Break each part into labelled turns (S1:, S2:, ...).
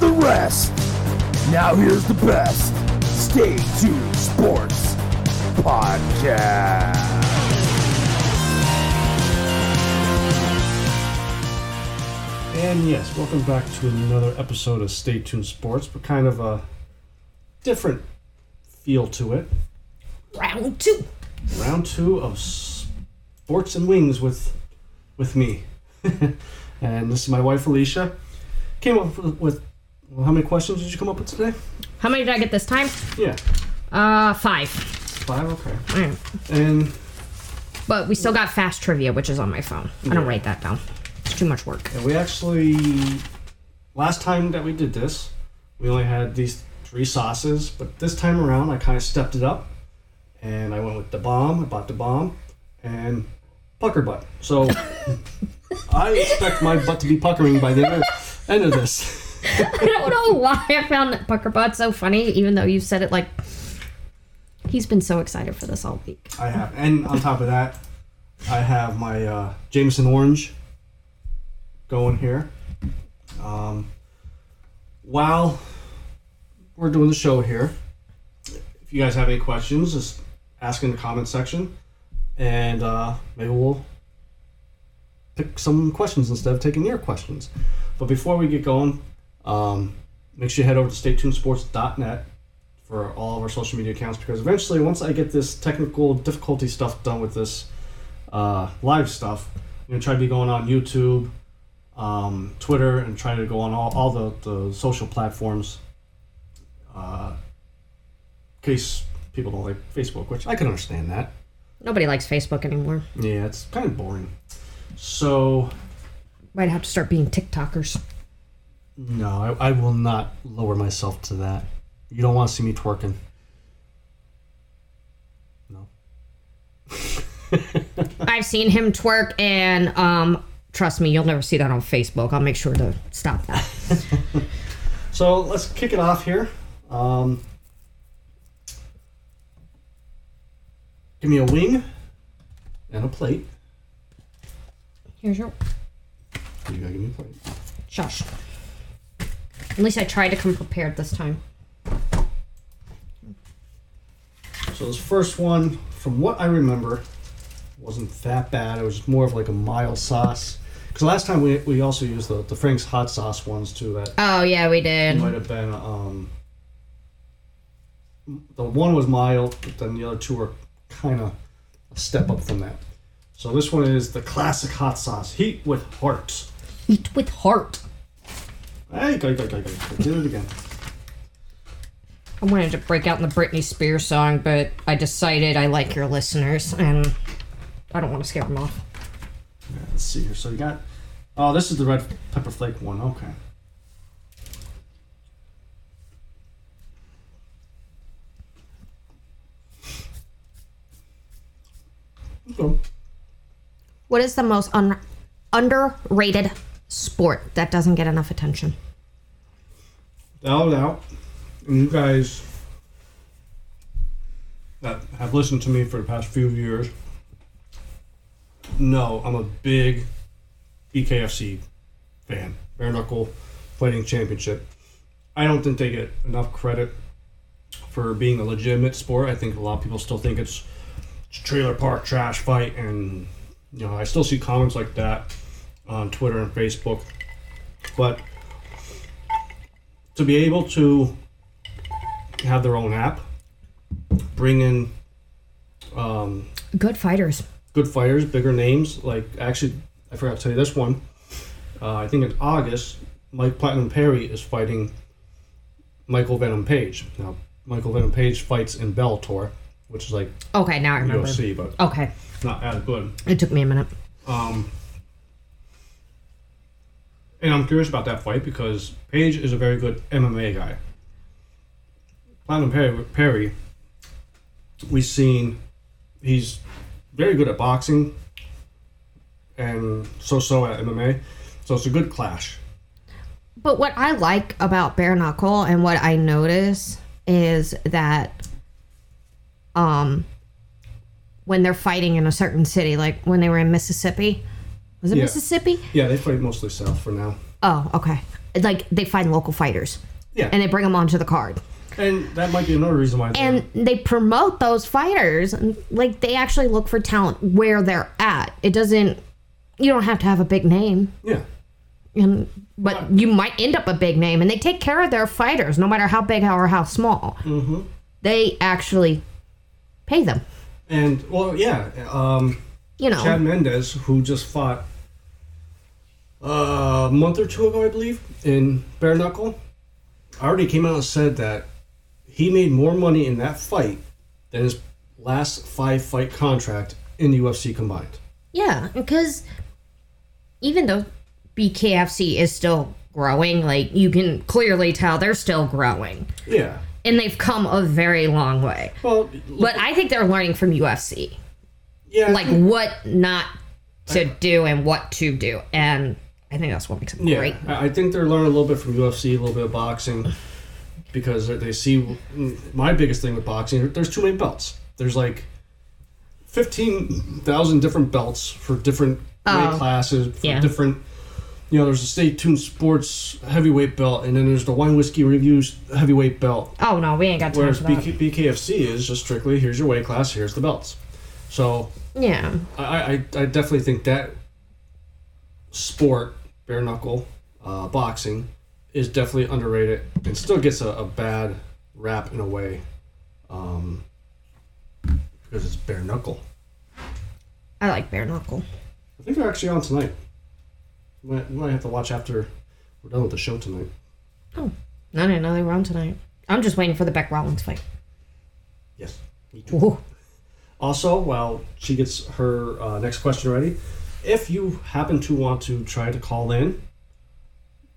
S1: the rest. Now here's the best. Stay tuned sports podcast.
S2: And yes, welcome back to another episode of Stay Tuned Sports, but kind of a different feel to it.
S3: Round two.
S2: Round two of Sports and Wings with with me, and this is my wife Alicia. Came up with, with well, how many questions did you come up with today?
S3: How many did I get this time?
S2: Yeah,
S3: Uh, five.
S2: five. Okay,
S3: Mm.
S2: and
S3: But we still got fast trivia, which is on my phone. I don't write that down. It's too much work.
S2: And we actually, last time that we did this, we only had these three sauces, but this time around I kind of stepped it up and I went with the bomb, I bought the bomb, and pucker butt. So I expect my butt to be puckering by the end of- end of this.
S3: I don't know why I found that pucker butt so funny, even though you said it like he's been so excited for this all week.
S2: I have, and on top of that, I have my uh, Jameson Orange going here. Um, while we're doing the show here, if you guys have any questions, just ask in the comment section, and uh, maybe we'll pick some questions instead of taking your questions. But before we get going, um, make sure you head over to staytunesports.net for all of our social media accounts because eventually, once I get this technical difficulty stuff done with this uh, live stuff, I'm gonna try to be going on YouTube, um, Twitter, and try to go on all, all the, the social platforms. Uh, in case people don't like Facebook, which I can understand that.
S3: Nobody likes Facebook anymore.
S2: Yeah, it's kind of boring. So
S3: Might have to start being TikTokers.
S2: no, I, I will not lower myself to that. You don't want to see me twerking. No.
S3: I've seen him twerk, and um, trust me, you'll never see that on Facebook. I'll make sure to stop that.
S2: So let's kick it off here. Um, give me a wing and a plate.
S3: Here's your
S2: You gotta give me a plate.
S3: shush. At least I tried to come prepared this time.
S2: So this first one, from what I remember, wasn't that bad. It was more of like a mild sauce. Because last time we, we also used the, the Frank's hot sauce ones too. That
S3: Oh yeah, we did.
S2: might have been um, the one was mild, but then the other two were kind of a step up from that. So this one is the classic hot sauce, heat with heart.
S3: Eat with heart.
S2: Hey, go, go, go, go. I Did it again.
S3: I wanted to break out in the Britney Spears song, but I decided I like your listeners, and I don't want to scare them off.
S2: Yeah, let's see here. So you got. Oh, this is the red pepper flake one. Okay. Okay.
S3: What is the most un- underrated sport that doesn't get enough attention?
S2: Dial it out. And you guys that have listened to me for the past few years know I'm a big E BKFC fan. Bare Knuckle Fighting Championship. I don't think they get enough credit for being a legitimate sport. I think a lot of people still think it's, it's a trailer park trash fight. And, you know, I still see comments like that on Twitter and Facebook. But to be able to have their own app, bring in um,
S3: Good fighters.
S2: good fighters, bigger names. Like actually, I forgot to tell you this one. Uh, I think in August, Mike Platinum Perry is fighting Michael Venom Page. Now, Michael Venom Page fights in Bellator, which is like
S3: Okay, now I remember.
S2: UFC, but
S3: Okay,
S2: not as good.
S3: it took me a minute.
S2: Um, and I'm curious about that fight because Page is a very good MMA guy. Platinum Perry, Perry we've seen he's very good at boxing and so-so at MMA, so it's a good clash.
S3: But what I like about bare knuckle and what I notice is that um when they're fighting in a certain city, like when they were in Mississippi. Was it
S2: Yeah.
S3: Mississippi?
S2: Yeah, they fight mostly south for now.
S3: Oh, okay. like they find local fighters
S2: Yeah.
S3: and they bring them onto the card.
S2: And that might be another reason why. they're-
S3: and they promote those fighters and, like they actually look for talent where they're at it doesn't you don't have to have a big name
S2: yeah.
S3: and but you might end up a big name and they take care of their fighters no matter how big or how small
S2: Mm-hmm.
S3: they actually pay them
S2: And well, yeah. Um,
S3: you know
S2: Chad Mendez, who just fought uh, a month or two ago, I believe, in bare knuckle, already came out and said that he made more money in that fight than his last five fight contract in the UFC combined.
S3: yeah because even though bkfc is still growing like you can clearly tell they're still growing
S2: Yeah.
S3: and they've come a very long way
S2: Well,
S3: but i think they're learning from ufc
S2: yeah, I
S3: like
S2: think-
S3: what not to do and what to do. And I think that's what makes it
S2: yeah,
S3: great.
S2: I I think they're learning a little bit from UFC, a little bit of boxing, because they- they see mm, my biggest thing with boxing. There's too many belts. There's like fifteen thousand different belts for different weight
S3: Oh,
S2: classes, for
S3: yeah.
S2: different. You know, there's the Stay Tuned Sports heavyweight belt, and then there's the Wine Whiskey Reviews heavyweight belt.
S3: Oh no, we ain't got time
S2: Whereas
S3: for that.
S2: BK, BKFC is just strictly here's your weight class, here's the belts. So
S3: yeah,
S2: I, I, I definitely think that sport, bare knuckle, uh, boxing, is definitely underrated and still gets a, a bad rap in a way um, because it's bare knuckle.
S3: I like bare knuckle.
S2: I think they're actually on tonight. We might, we might have to watch after we're done with the show tonight.
S3: Oh, I didn't know they were on tonight. I'm just waiting for the Beck Rollins fight.
S2: Yes. me too.
S3: Ooh.
S2: Also, while she gets her uh, next question ready, if you happen to want to try to call in,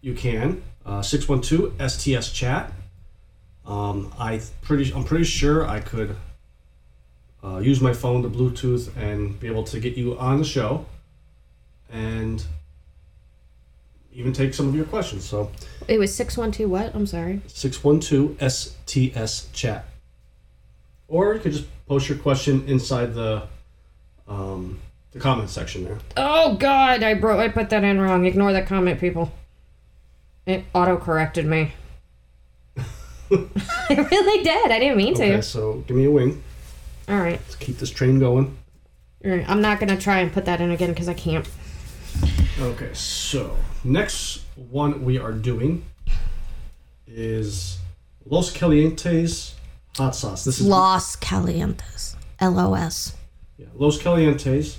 S2: you can Uh, six one two STS chat. Um, I pretty I'm pretty sure I could uh, use my phone to Bluetooth and be able to get you on the show, and even take some of your questions. So
S3: It was six one two. What? I'm sorry.
S2: 612-STS chat. Or you could just post your question inside the um, the comment section there.
S3: Oh God, I bro, I put that in wrong. Ignore that comment, people. It auto corrected me. I really did. I didn't mean
S2: Okay,
S3: to.
S2: so give me a wing.
S3: All right.
S2: Let's keep this train going.
S3: All right. I'm not gonna try and put that in again because I can't.
S2: Okay, so next one we are doing is Los Calientes hot sauce. This is
S3: Los Calientes. LOS.
S2: yeah, Los Calientes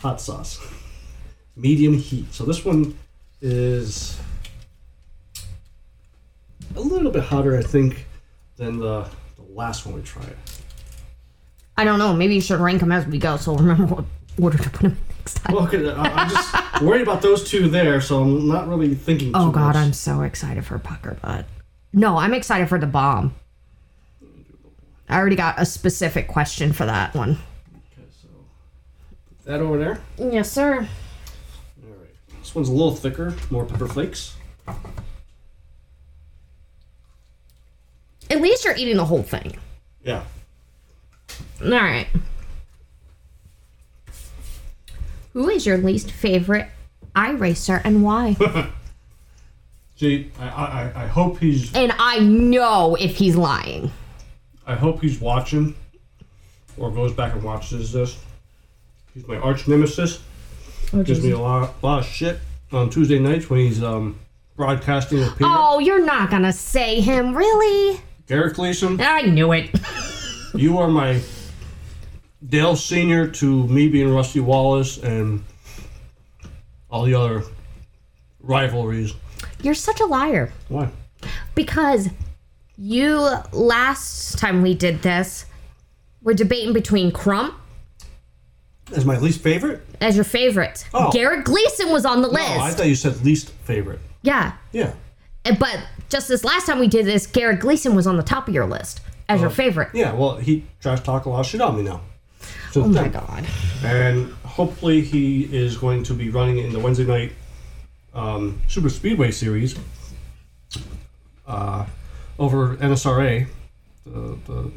S2: hot sauce. Medium heat. So this one is a little bit hotter, I think, than the, the last one we tried.
S3: I don't know. Maybe you should rank them as we go, so remember what order to put them in next time.
S2: Well, okay, I, I'm just worried about those two there, so I'm not really thinking.
S3: oh
S2: too
S3: God,
S2: much.
S3: I'm so excited for Pucker Butt. No, I'm excited for the bomb. I already got a specific question for that one.
S2: Okay, so put that over there.
S3: Yes, sir.
S2: All right. This one's a little thicker, more pepper flakes.
S3: At least you're eating the whole thing.
S2: Yeah.
S3: All right. Who is your least favorite iRacer and why?
S2: See, I, I, I- I hope he's
S3: and I know if he's lying.
S2: I hope he's watching or goes back and watches this. He's my arch nemesis.
S3: Oh,
S2: Gives me a lot, lot of shit on Tuesday nights when he's um, broadcasting with Peter.
S3: Oh, you're not gonna say him, really?
S2: Garrett Gleason,
S3: I knew it.
S2: you are my Dale Sr. to me being Rusty Wallace and all the other rivalries.
S3: You're such a liar
S2: Why?
S3: because you last time we did this were debating between Crump
S2: As my least favorite?
S3: as your favorite.
S2: Oh.
S3: Garrett Gleason was on the list.
S2: Oh, I thought you said least favorite.
S3: yeah.
S2: Yeah.
S3: And- But just this last time we did this, Garrett Gleason was on the top of your list as your favorite.
S2: Oh. Yeah, well, he trash talk a lot of shit on me now.
S3: Oh my god.
S2: and hopefully he is going to be running in the Wednesday night um, Super Speedway Series uh, over NSRA, the, the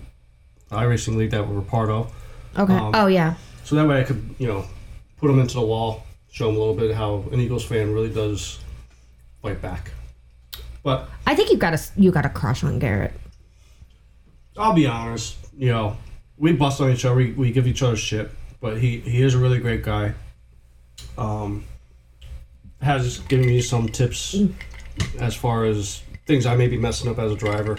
S2: iRacing league that we're part of.
S3: Okay.
S2: Um,
S3: oh yeah.
S2: So that way I could, you know, put him into the wall, show him a little bit how an Eagles fan really does fight back. But
S3: I think you got a you got a crush on Garrett.
S2: I'll be honest, you know, we bust on each other, we, we give each other shit, but he, he is a really great guy. Um, has given me some tips as far as things I may be messing up as a driver.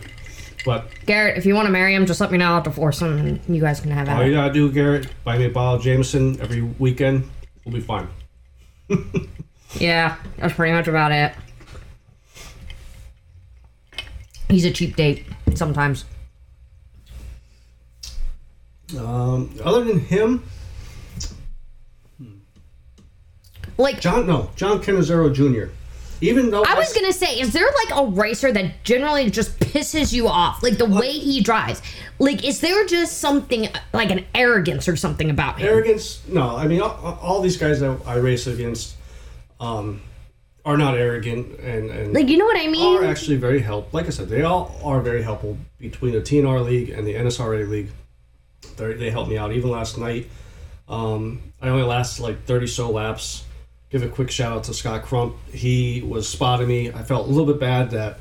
S2: But
S3: Garrett, if you want to marry him, just let me know. I'll divorce him, and you guys can have
S2: all
S3: that.
S2: you gotta do, Garrett, buy me a bottle of Jameson every weekend, we'll be fine.
S3: Yeah, that's pretty much about it. He's a cheap date sometimes.
S2: Um, other than him,
S3: Like
S2: John, no, John Canizero Jr. Even though
S3: I was gonna say, is there like a racer that generally just pisses you off, like the way he drives? Like, is there just something like an arrogance or something about him?
S2: arrogance no i mean all, all these guys that i race against um are not arrogant and and
S3: like, you know what I
S2: are
S3: mean?
S2: actually very help like i said they all are very helpful between the tnr league and the nsra league they they helped me out even last night um i only lasted like 30 so laps give a quick shout out to scott crump he was spotting me i felt a little bit bad that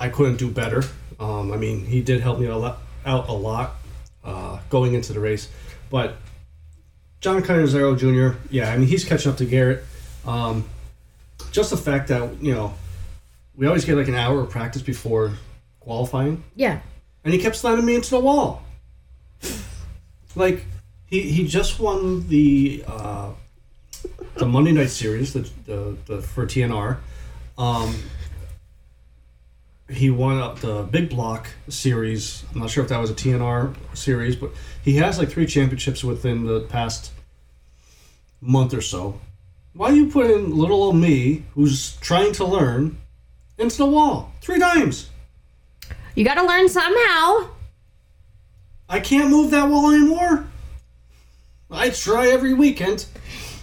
S2: I couldn't do better. Um, I mean, he did help me a lot, out a lot uh, going into the race, but John Canizero Jr. Yeah, I mean, he's catching up to Garrett. Um, just the fact that you know we always get like an hour of practice before qualifying,
S3: Yeah.
S2: and he kept slamming me into the wall. Like he he just won the uh, the Monday Night Series the, the, the for TNR. Um, he won up the Big Block Series. I'm not sure if that was a TNR series, but he has like three championships within the past month or so. Why you put in little old me, who's trying to learn, into the wall three times?
S3: You gotta learn somehow.
S2: I can't move that wall anymore. I try every weekend.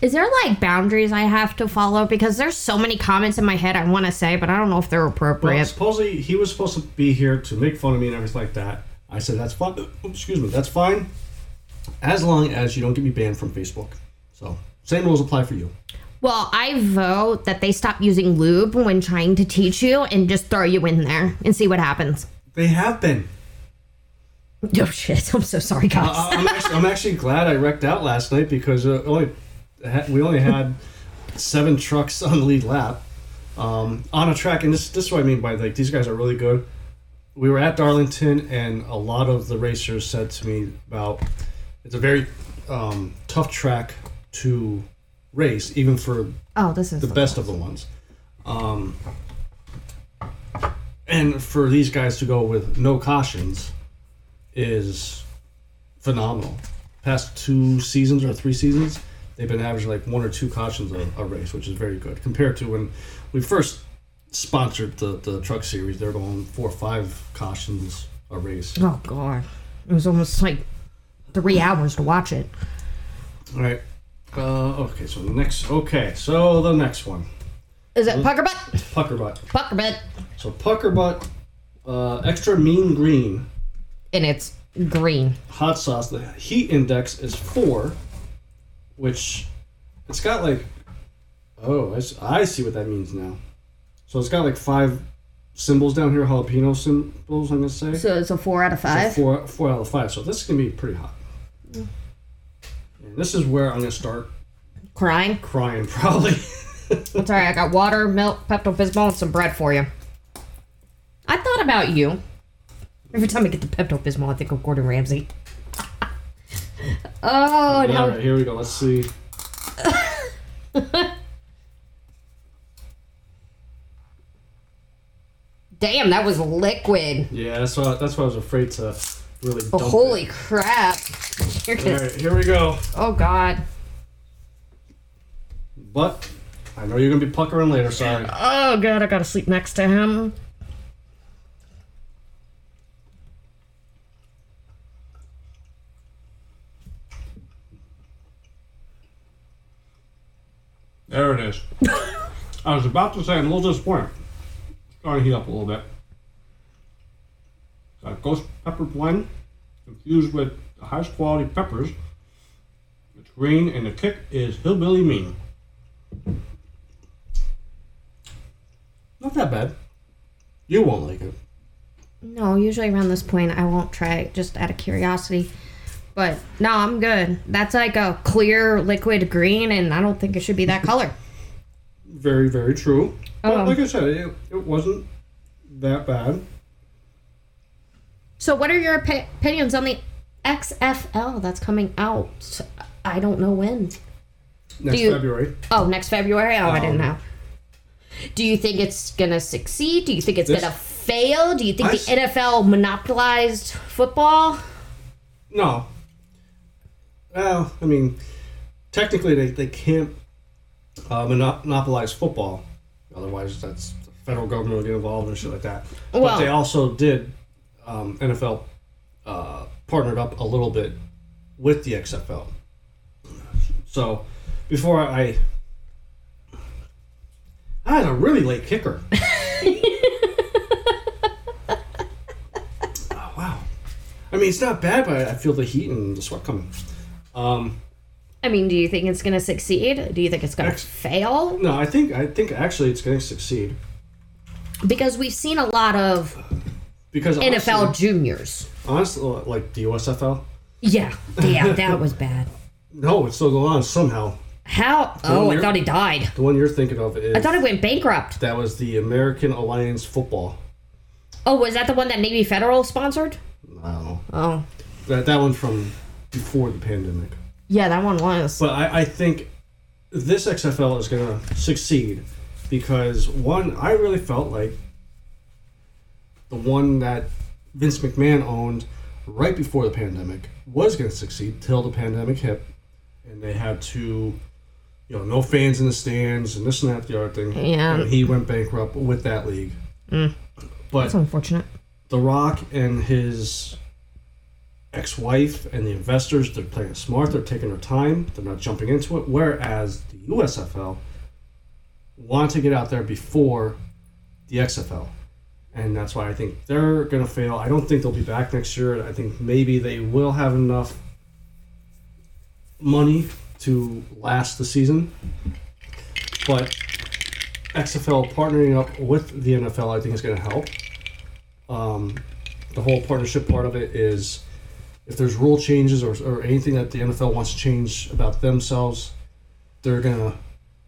S3: Is there like boundaries I have to follow? Because there's so many comments in my head I want to say, but I don't know if they're
S2: Well,
S3: appropriate.
S2: supposedly he was supposed to be here to make fun of me and everything like that. I said that's fine. Excuse me, that's fine, as long as you don't get me banned from Facebook. So same rules apply for you.
S3: Well, I vote that they stop using lube when trying to teach you and just throw you in there and see what happens.
S2: They have been.
S3: Oh shit! I'm so sorry, guys.
S2: I, I'm, actually, I'm actually glad I wrecked out last night because uh, only ha- we only had seven trucks on the lead lap um, on a track, and this this is what I mean by like these guys are really good. We were at Darlington, and a lot of the racers said to me about it's a very um, tough track to race, even for
S3: oh, this is
S2: the best of the ones. Um, and for these guys to go with no cautions is phenomenal. Past two seasons or three seasons, they've been averaging like one or two cautions a, a race, which is very good compared to when we first sponsored the, the truck series. They're going four or five cautions a race.
S3: Oh god, it was almost like three hours to watch it.
S2: All right. Uh, okay, so the next. Okay, so the next one,
S3: Is it pucker butt?
S2: pucker butt.
S3: Pucker butt,
S2: So pucker butt, uh, extra mean green.
S3: and it's green.
S2: hot sauce, the heat index is four, which it's got like, oh, I, s- I see what that means now. So it's got like five symbols down here, jalapeno symbols, I'm going to say. So
S3: So it's a four out of five. Mm.
S2: four, four out of five. So this is going to be pretty hot. And this is where I'm going to start
S3: Crying.
S2: crying, probably.
S3: It's alright. I got water, milk, Pepto Bismol, and some bread for you. I thought about you. Every time I get the Pepto Bismol, I think of Gordon Ramsay. oh
S2: All
S3: no!
S2: right, here we go. Let's see.
S3: Damn, that was liquid.
S2: Yeah, that's why, that's why I was afraid to really dump it.
S3: Oh, Holy crap! You're
S2: All
S3: gonna-
S2: right, here we go.
S3: Oh god.
S2: But I know you're going to be puckering later, sorry.
S3: Oh god, I gotta sleep next to him.
S2: There it is. I was about to say I'm a little disappointed. Starting to heat up a little bit. Got ghost pepper blend infused with the highest quality peppers. It's green and the kick is hillbilly mean. Not that bad. You won't like it.
S3: No, usually around this point I won't try it just out of curiosity. But no, I'm good. That's like a clear liquid green, and I don't think it should be that color.
S2: Very, very true.
S3: Oh.
S2: But like I said, it, it wasn't that bad.
S3: So, what are your opi- opinions on the XFL that's coming out? I don't know when.
S2: Next
S3: you-
S2: February.
S3: Oh, next February? Oh, I didn't
S2: Um,
S3: know. Do you think it's going to succeed? Do you think it's
S2: This-
S3: going to fail? Do you think
S2: I
S3: the
S2: s-
S3: NFL monopolized football?
S2: No. Well, I mean, technically they, they can't uh, mono- monopolize football. Otherwise, that's the federal government would get involved and shit like that.
S3: Well-
S2: but they also did, um, NFL uh, partnered up a little bit with the XFL. So before I. I had a really late kicker. Oh, wow. I mean, it's not bad, but I feel the heat and the sweat coming. Um,
S3: I mean, do you think it's going to succeed? Do you think it's going to
S2: Ex-
S3: fail?
S2: no, I think I think actually it's going to succeed
S3: Because we've seen a lot of
S2: because
S3: NFL
S2: honestly,
S3: juniors.
S2: honestly, like the USFL,
S3: Yeah, yeah, that was bad.
S2: no, it's still going on somehow.
S3: How? Oh, I
S2: you're-
S3: thought he died.
S2: The one you're thinking of is
S3: I thought it went bankrupt.
S2: that was the American Alliance Football.
S3: Oh, was that the one that Navy Federal sponsored?
S2: I don't know
S3: Oh,
S2: that that one from before the pandemic.
S3: yeah, that one was.
S2: But I, I think this XFL is going to succeed because one, I really felt like the one that Vince McMahon owned right before the pandemic was going to succeed till the pandemic hit, and they had to, you know, no fans in the stands and this and that the other thing.
S3: Yeah.
S2: and he went bankrupt with that league. But
S3: That's unfortunate.
S2: the Rock and his ex-wife and the investors, they're playing it smart. They're taking their time. They're not jumping into it. Whereas the USFL want to get out there before the XFL, and that's why I think they're going to fail. I don't think they'll be back next year. I think maybe they will have enough money to last the season, but XFL partnering up with the NFL, I think, is going to help um, the whole partnership part of it is if there's rule changes or, or anything that the NFL wants to change about themselves, they're gonna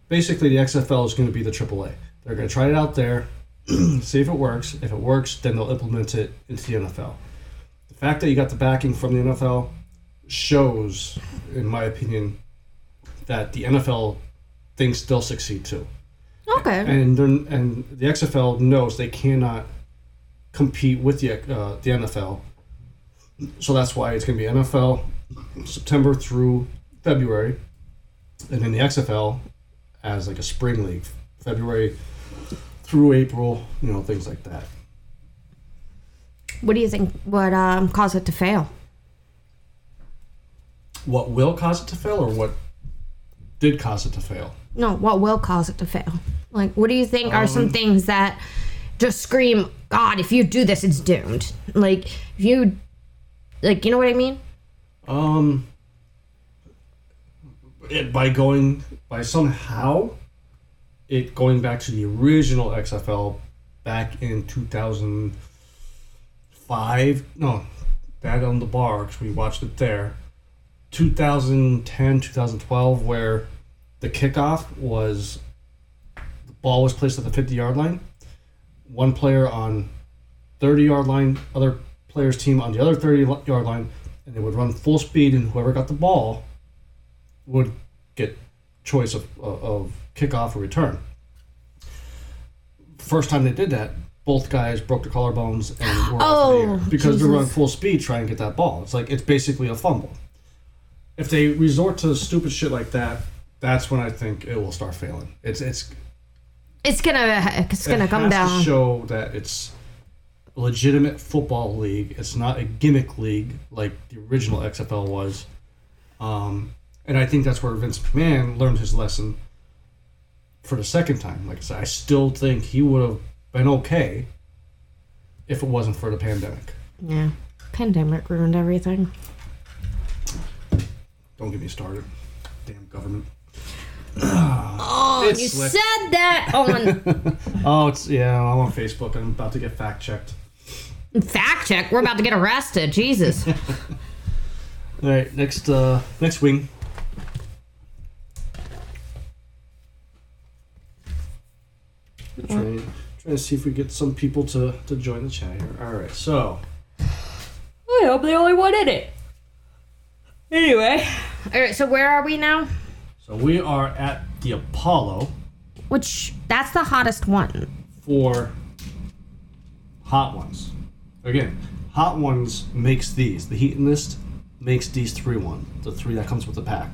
S2: basically the XFL is gonna be the AAA. They're gonna try it out there, see if it works. If it works, then they'll implement it into the NFL. The fact that you got the backing from the NFL shows, in my opinion, that the NFL thinks they'll succeed too
S3: Okay.
S2: and they're, and the XFL knows they cannot compete with the uh, the NFL. So that's why it's going to be NFL September through February, and then the XFL as like a spring league, February through April, you know things like that.
S3: What do you think would um, cause it to fail?
S2: What will cause it to fail, or what did cause it to fail?
S3: No, what will cause it to fail? Like, what do you think are
S2: Um,
S3: some things that just scream, God, if you do this, it's doomed? Like, if you, like, you know what I mean?
S2: Um, it, by going by somehow, it going back to the original XFL back in two thousand five. No, that on the bar 'cause we watched it there. 2010, 2012, where the kickoff was the ball was placed at the 50 yard line. One player on 30 yard line, other player's team on the other 30 li- yard line, and they would run full speed, and whoever got the ball would get choice of, of- of kickoff or return. First time they did that, both guys broke their collarbones and were off the air
S3: Oh,
S2: because they were on
S3: Jesus.
S2: full speed trying to get that ball. It's like it's basically a fumble. If they resort to stupid shit like that, that's when I think it will start failing. It's it's
S3: It's gonna, it's gonna
S2: it
S3: come
S2: has
S3: down.
S2: To show that it's a legitimate football league. It's not a gimmick league like the original XFL was. Um, and I think that's where Vince McMahon learned his lesson for the second time. Like I said, I still think he would have been okay if it wasn't for the pandemic.
S3: yeah. Pandemic ruined everything.
S2: Don't get me started. Damn government.
S3: Oh,
S2: It's
S3: you
S2: slick.
S3: said that on
S2: Oh, it's yeah. I'm on Facebook. I'm about to get fact checked.
S3: fact check. We're about to get arrested. Jesus.
S2: All right, next uh, next wing. Trying, trying to see if we get some people to, to join the chat here. All right, so
S3: I hope the only one in it. Anyway. All right, so where are we now?
S2: so we are at the Apollo
S3: Which that's the hottest one.
S2: for hot ones. Again, hot ones makes these. The heat list makes these three one. The three that comes with the pack.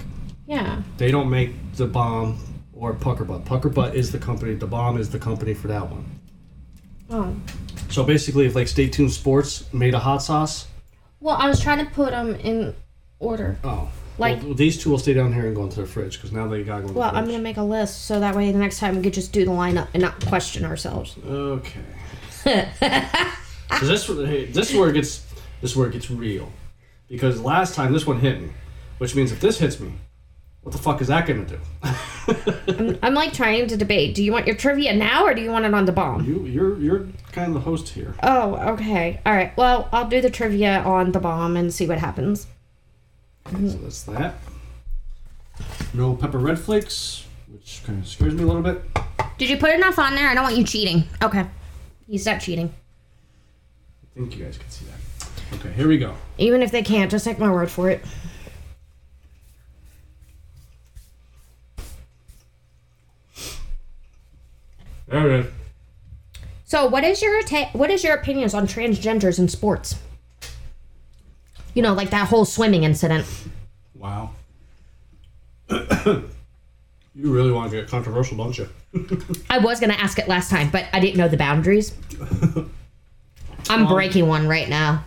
S3: Yeah.
S2: They don't make the bomb or pucker butt. Pucker butt is the company. The bomb is the company for that one.
S3: Oh.
S2: So basically, if like Stay Tuned Sports made a hot sauce,
S3: Well, I was trying to put them in order.
S2: oh,
S3: Like-
S2: well, these two will stay down here and go into the fridge because now they gotta go. In
S3: Well,
S2: the
S3: I'm
S2: fridge.
S3: gonna make a list so that way the next time we could just do the lineup and not question ourselves.
S2: Okay. so this hey, this is where it gets this is where it gets real, because last time this one hit me, which means if this hits me, what the fuck is that gonna do?
S3: I'm like trying to debate. Do you want your trivia now or do you want it on the bomb?
S2: You you're you're kind of the host here.
S3: Oh, okay. All right. Well, I'll do the trivia on the bomb and see what happens.
S2: So
S3: Mm.
S2: that's that. No pepper red flakes, which kind of scares me a little bit.
S3: Did you put enough on there? I don't want you cheating. Okay. He's not cheating.
S2: I think you guys can see that. Okay, here we go.
S3: Even if they can't, just take my word for it.
S2: There it is.
S3: So, what is your ta- what is your opinions on transgenders in sports? You know, like that whole swimming incident.
S2: Wow. you really want to get controversial, don't you?
S3: I was gonna ask it last time, but I didn't know the boundaries. I'm breaking one right now.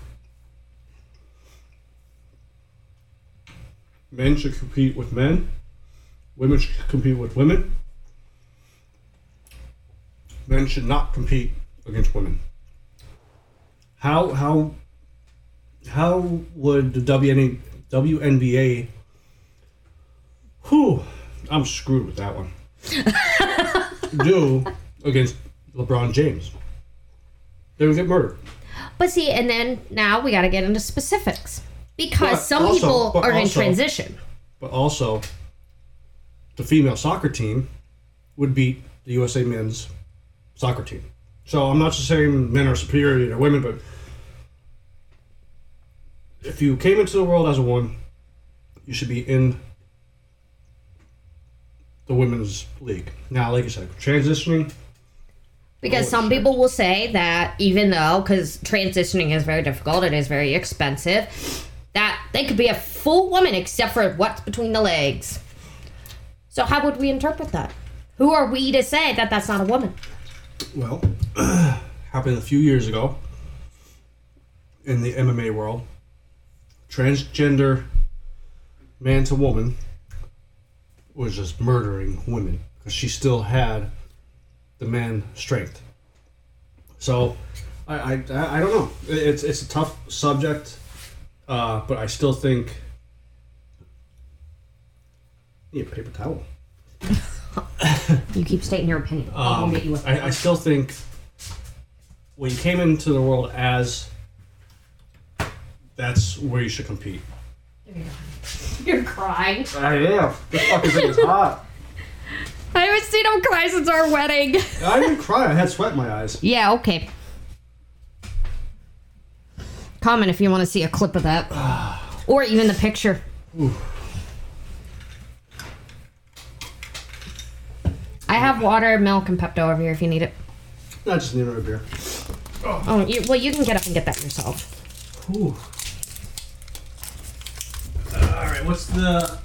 S2: Men should compete with men. Women should compete with women. Men should not compete against women. How how how would the E, WN, WNBA? Whew, I'm screwed with that one. do against LeBron James? They would get murdered.
S3: But see, and then now we got to get into specifics
S2: But
S3: because some
S2: also-
S3: people
S2: but
S3: are in
S2: also-
S3: transition.
S2: but also the female soccer team would beat the USA men's soccer team. So I'm not just saying men are superior to women, but if you came into the world as a woman, you should be in the women's league. Now, like you said, transitioning,
S3: Because
S2: Oh,
S3: some
S2: shit.
S3: people will say that even though, because transitioning is very difficult, it is very expensive, that they could be a full woman except for what's between the legs. So, how would we interpret that? Who are we to say that that's not a woman?
S2: well, happened a few years ago in the MMA world. Transgender man to woman was just murdering women because she still had the man strength. So, I, I, I I don't know. It- It's, it's a tough subject, uh, but I still think. You need a paper towel.
S3: You keep stating your opinion. I'll
S2: Um,
S3: get you with
S2: I, I still think when you came into the world as that's where you should compete.
S3: You're crying.
S2: I am. This fucking thing is hot.
S3: I haven't seen him cry since our wedding.
S2: I didn't cry. I had sweat in my eyes.
S3: Yeah, okay. Comment if you want to see a clip of that. or even the picture. I have water, milk, and Pepto over here if you need it.
S2: I just needed a beer.
S3: Oh, you, well, you can get up and get that yourself.
S2: Ooh. All right. What's the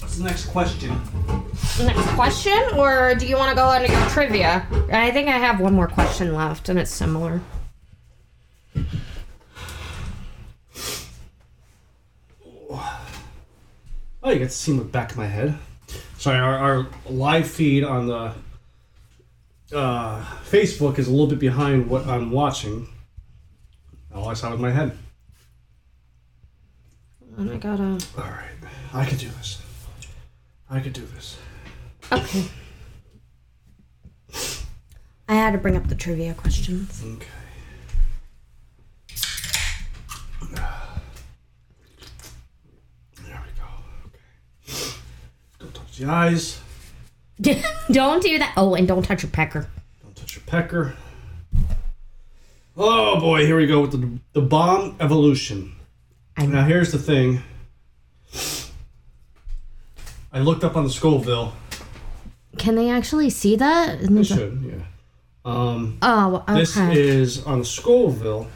S2: what's the next question?
S3: Next question, or do you want to go into your trivia? I think I have one more question left, and it's similar.
S2: Oh, you get to see my back of my head. Sorry, our, our live feed on the uh, Facebook is a little bit behind what I'm watching. All I saw was my head.
S3: And I gotta.
S2: All right, I can do this. I could do this.
S3: Okay. I had to bring up the trivia questions.
S2: Okay. There we go. Okay. Don't touch the eyes.
S3: don't do that. Oh, and don't touch your pecker.
S2: Don't touch your pecker. Oh boy, here we go with the, the bomb evolution.
S3: I-
S2: now here's the thing. I looked up on the Scoville.
S3: Can they actually see that?
S2: I should, yeah. Um,
S3: Oh, okay.
S2: This is on Scoville.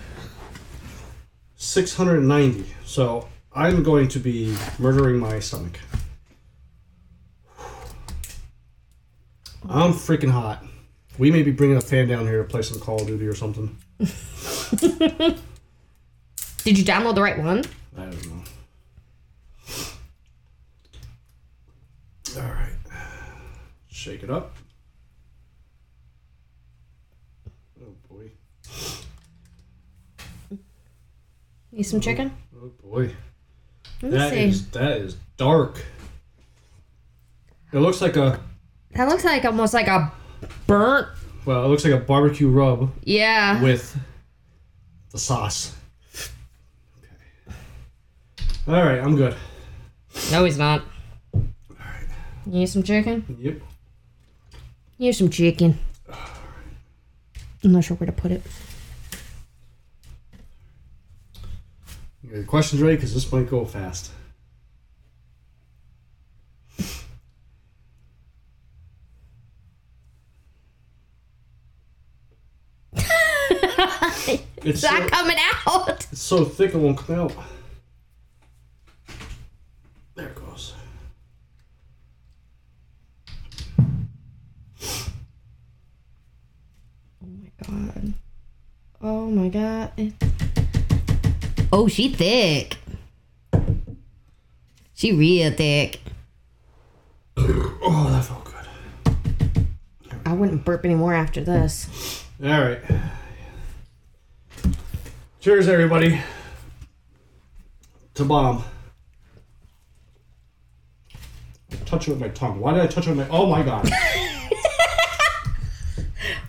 S2: 690. So I'm going to be murdering my stomach. I'm freaking hot. We may be bringing a fan down here to play some Call of Duty or something.
S3: Did you download the right one?
S2: I don't know. All right. Shake it up. Oh boy.
S3: Need some chicken?
S2: Oh boy.
S3: Let me
S2: That
S3: see.
S2: is that is dark. It looks like a
S3: That looks like almost like a burnt.
S2: well, it looks like a barbecue rub
S3: Yeah.
S2: with the sauce. Okay. All right, I'm good.
S3: no, he's not. You need some chicken?
S2: Yep.
S3: You need some chicken. I'm not sure where to put it.
S2: You got Your questions ready because this might go fast. it's,
S3: It's
S2: so,
S3: not coming out.
S2: it's so thick it won't come out. There it goes.
S3: God. Oh my god. Oh, she thick. She real thick.
S2: Oh, that felt good.
S3: I wouldn't burp anymore after this.
S2: All right. Cheers, everybody. To bomb. Touch it with my tongue. Why did I touch it with my? Oh my god.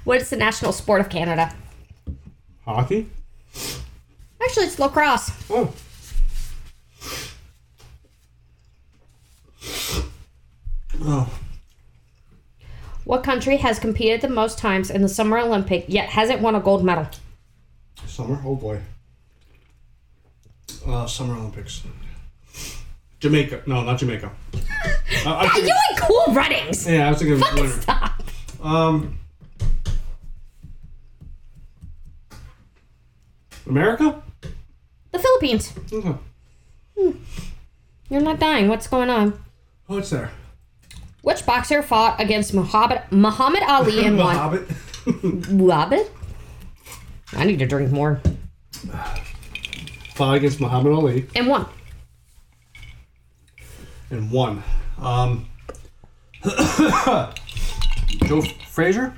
S3: What's the national sport of Canada?
S2: Hockey.
S3: Actually, it's lacrosse.
S2: Oh. Oh.
S3: What country has competed the most times in the Summer Olympic yet hasn't won a gold medal?
S2: Summer. Oh boy. Uh, Summer Olympics. Jamaica. No, not Jamaica. Uh, I'm
S3: Are
S2: thinking-
S3: you like cool runnings?
S2: yeah, I was thinking of winter.
S3: Stop.
S2: Um, America?
S3: The Philippines.
S2: Okay.
S3: You're not dying. What's going on?
S2: Oh, it's there.
S3: Which boxer fought against Muhammad, Muhammad Ali and
S2: the
S3: won?
S2: Hobbit.
S3: Muhammad? I need to drink more.
S2: Fought against Muhammad Ali
S3: And won.
S2: and won. Um, Joe Frazier?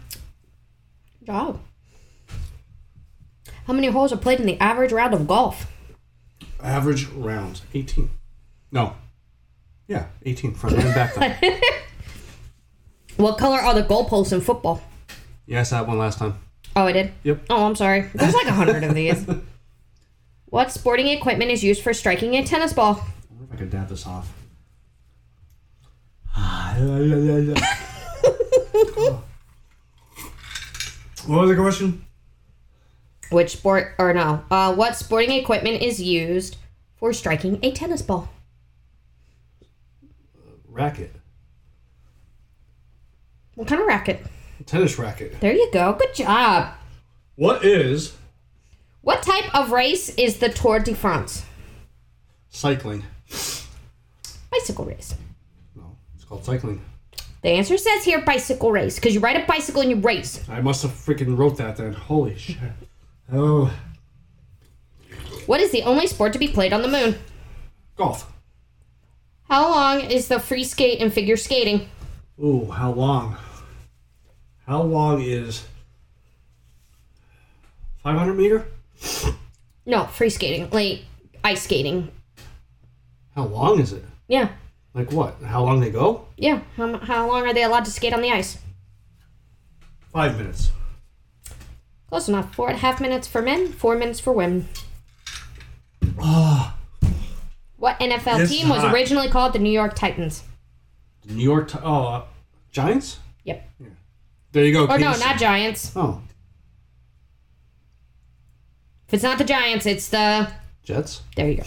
S3: Job. How many holes are played in the average round of golf?
S2: Average rounds. 18. No. Yeah, 18. Front and back. then.
S3: What color are the goalposts in football?
S2: yeah, I saw that one last time.
S3: Oh, I did?
S2: Yep.
S3: Oh, I'm sorry. There's like a hundred of these. What sporting equipment is used for striking a tennis ball?
S2: I wonder if I could dab this off. what was the question?
S3: Which sport, or no, uh, what sporting equipment is used for striking a tennis ball?
S2: Racket.
S3: What kind of racket?
S2: Tennis racket.
S3: There you go. Good job.
S2: What is
S3: What type of race is the Tour de France?
S2: cycling?
S3: Bicycle race.
S2: No, it's called cycling.
S3: The answer says here bicycle race because you ride a bicycle and you race.
S2: I must have freaking wrote that then. Holy shit. Oh,
S3: What is the only sport to be played on the moon?
S2: golf.
S3: How long is the free skate and figure skating?
S2: Ooh, how long? How long is 500 meter?
S3: No, free skating, like ice skating.
S2: How long is it?
S3: Yeah.
S2: Like what? How long they go?
S3: Yeah. How, mu- how long are they allowed to skate on the ice?
S2: Five minutes.
S3: Close enough. Four and a half minutes for men, four minutes for women. what NFL
S2: This is
S3: team was
S2: hot.
S3: originally called the New York Titans?
S2: The New York. Ti- oh, uh, Giants.
S3: Yep.
S2: There you go.
S3: Or Oh, no,
S2: Casey.
S3: not Giants.
S2: Oh,
S3: If it's not the Giants, it's the.
S2: Jets.
S3: There you go.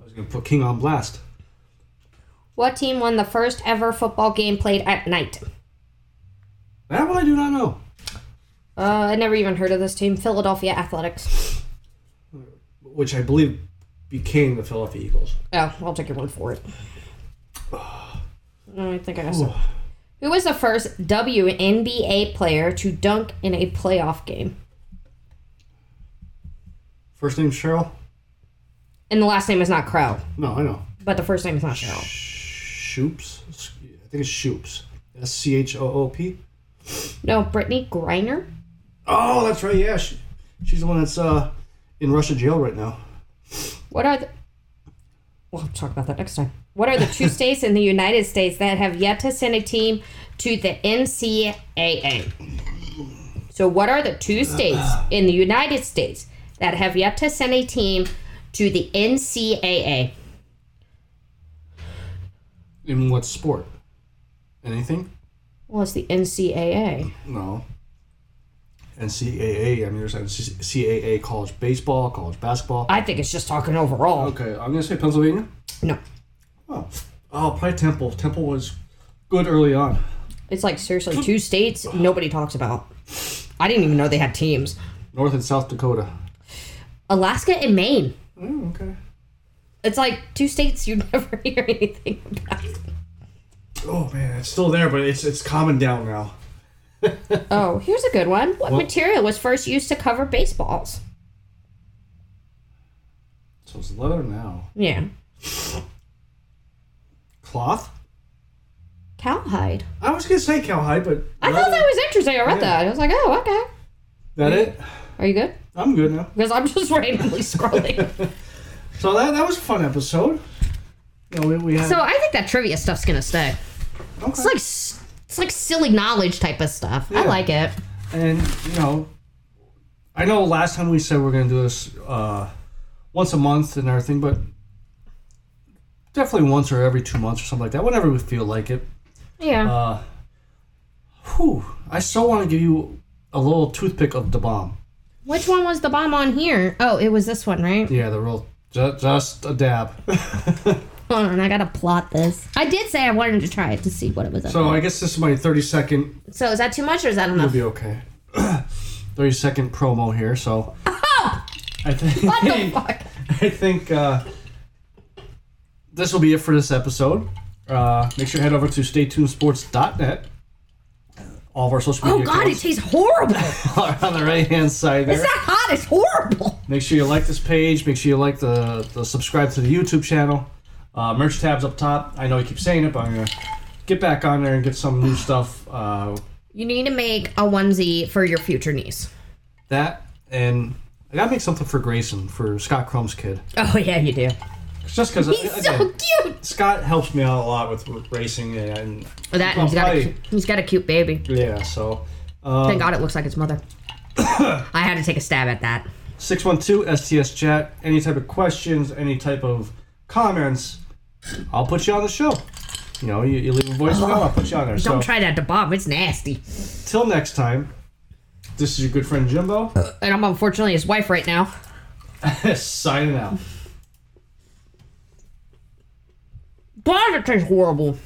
S2: I was gonna put King on blast.
S3: What team won the first ever football game played at night?
S2: That one I do not know.
S3: Uh, I never even heard of this team. Philadelphia Athletics.
S2: Which I believe became the Philadelphia Eagles.
S3: Oh, I'll take your word for it. No, I think I guess. Who was the first WNBA player to dunk in a playoff game?
S2: First name Cheryl.
S3: And the last name is not Crow,
S2: No, I know.
S3: but the first name is not Cheryl.
S2: Shoops. I think it's Shoops. S C H O O P.
S3: No, Brittany Griner.
S2: Oh, that's right. Yeah, she, she's the one that's uh, in Russia jail right now.
S3: What are the? We'll talk about that next time. What are the two states in the United States that have yet to send a team to the NCAA? So, what are the two states in the United States that have yet to send a team to the NCAA?
S2: In what sport? Anything?
S3: Well, it's the NCAA.
S2: No. NCAA. I mean, there's NCAA college baseball, college basketball.
S3: I think it's just talking overall.
S2: Okay, I'm gonna say Pennsylvania.
S3: No,
S2: Oh, oh, probably Temple. Temple was good early on.
S3: it's like seriously two states nobody talks about. I didn't even know they had teams.
S2: North and South Dakota.
S3: Alaska and Maine.
S2: Oh, okay.
S3: It's like two states you never hear anything about.
S2: Oh man, it's still there, but it's it's calming down now.
S3: Oh, here's a good one. What material was first used to cover baseballs?
S2: So it's leather now.
S3: Yeah.
S2: Cloth.
S3: Cowhide.
S2: I was gonna say cowhide, but
S3: I thought that was interesting. I read that. I was like, oh, okay.
S2: that it.
S3: Are you good?
S2: I'm good now.
S3: Because I'm just randomly scrolling.
S2: So that that was a fun episode. You know, we, we had
S3: so I think that trivia stuff's gonna stay.
S2: okay.
S3: It's like s- it's like silly knowledge type of stuff. I
S2: Yeah.
S3: like it.
S2: and you know, I know last time we said we're gonna do this uh, once a month and everything, but definitely once or every two months or something like that, whenever we feel like it.
S3: Yeah.
S2: Uh, whew, I still want to give you a little toothpick of the bomb.
S3: Which one was the bomb on here? Oh, it was this one, right?
S2: Yeah, the real just, just a dab.
S3: Hold on, I gotta plot this. I did say I wanted to try it to see what it was. So,
S2: so I guess this is my thirty second.
S3: so is that too much or is that enough?
S2: It'll be okay. thirty second promo here. So I think.
S3: What the fuck?
S2: I think uh, this will be it for this episode. Uh, make sure you head over to staytunesports.net. All of our social
S3: Oh
S2: media
S3: god, it
S2: accounts
S3: tastes horrible.
S2: are on the right hand side
S3: It's
S2: there.
S3: not hot, it's horrible.
S2: Make sure you like this page. Make sure you like the, the subscribe to the YouTube channel. Uh, merch tabs up top. I know I keep saying it, but I'm gonna get back on there and get some new stuff. Uh,
S3: You need to make a onesie for your future niece.
S2: that and I gotta make something for Grayson for Scott Crumb's kid.
S3: Oh yeah, you do.
S2: Just because
S3: He's so cute.
S2: Scott helps me out a lot with, with racing and
S3: Oh, That and he's got a
S2: Probably.
S3: cute, he's got a cute baby.
S2: Yeah, so
S3: Thank God it looks like his mother. I had to take a stab at that.
S2: 612 STS chat, any type of questions, any type of comments, I'll put you on the show. You know, you, you leave a voicemail, I'll put you on there. So,
S3: Don't try that to bomb. It's nasty.
S2: till next time, this is your good friend Jimbo,
S3: And I'm unfortunately his wife right now.
S2: signing out.
S3: God, it tastes horrible.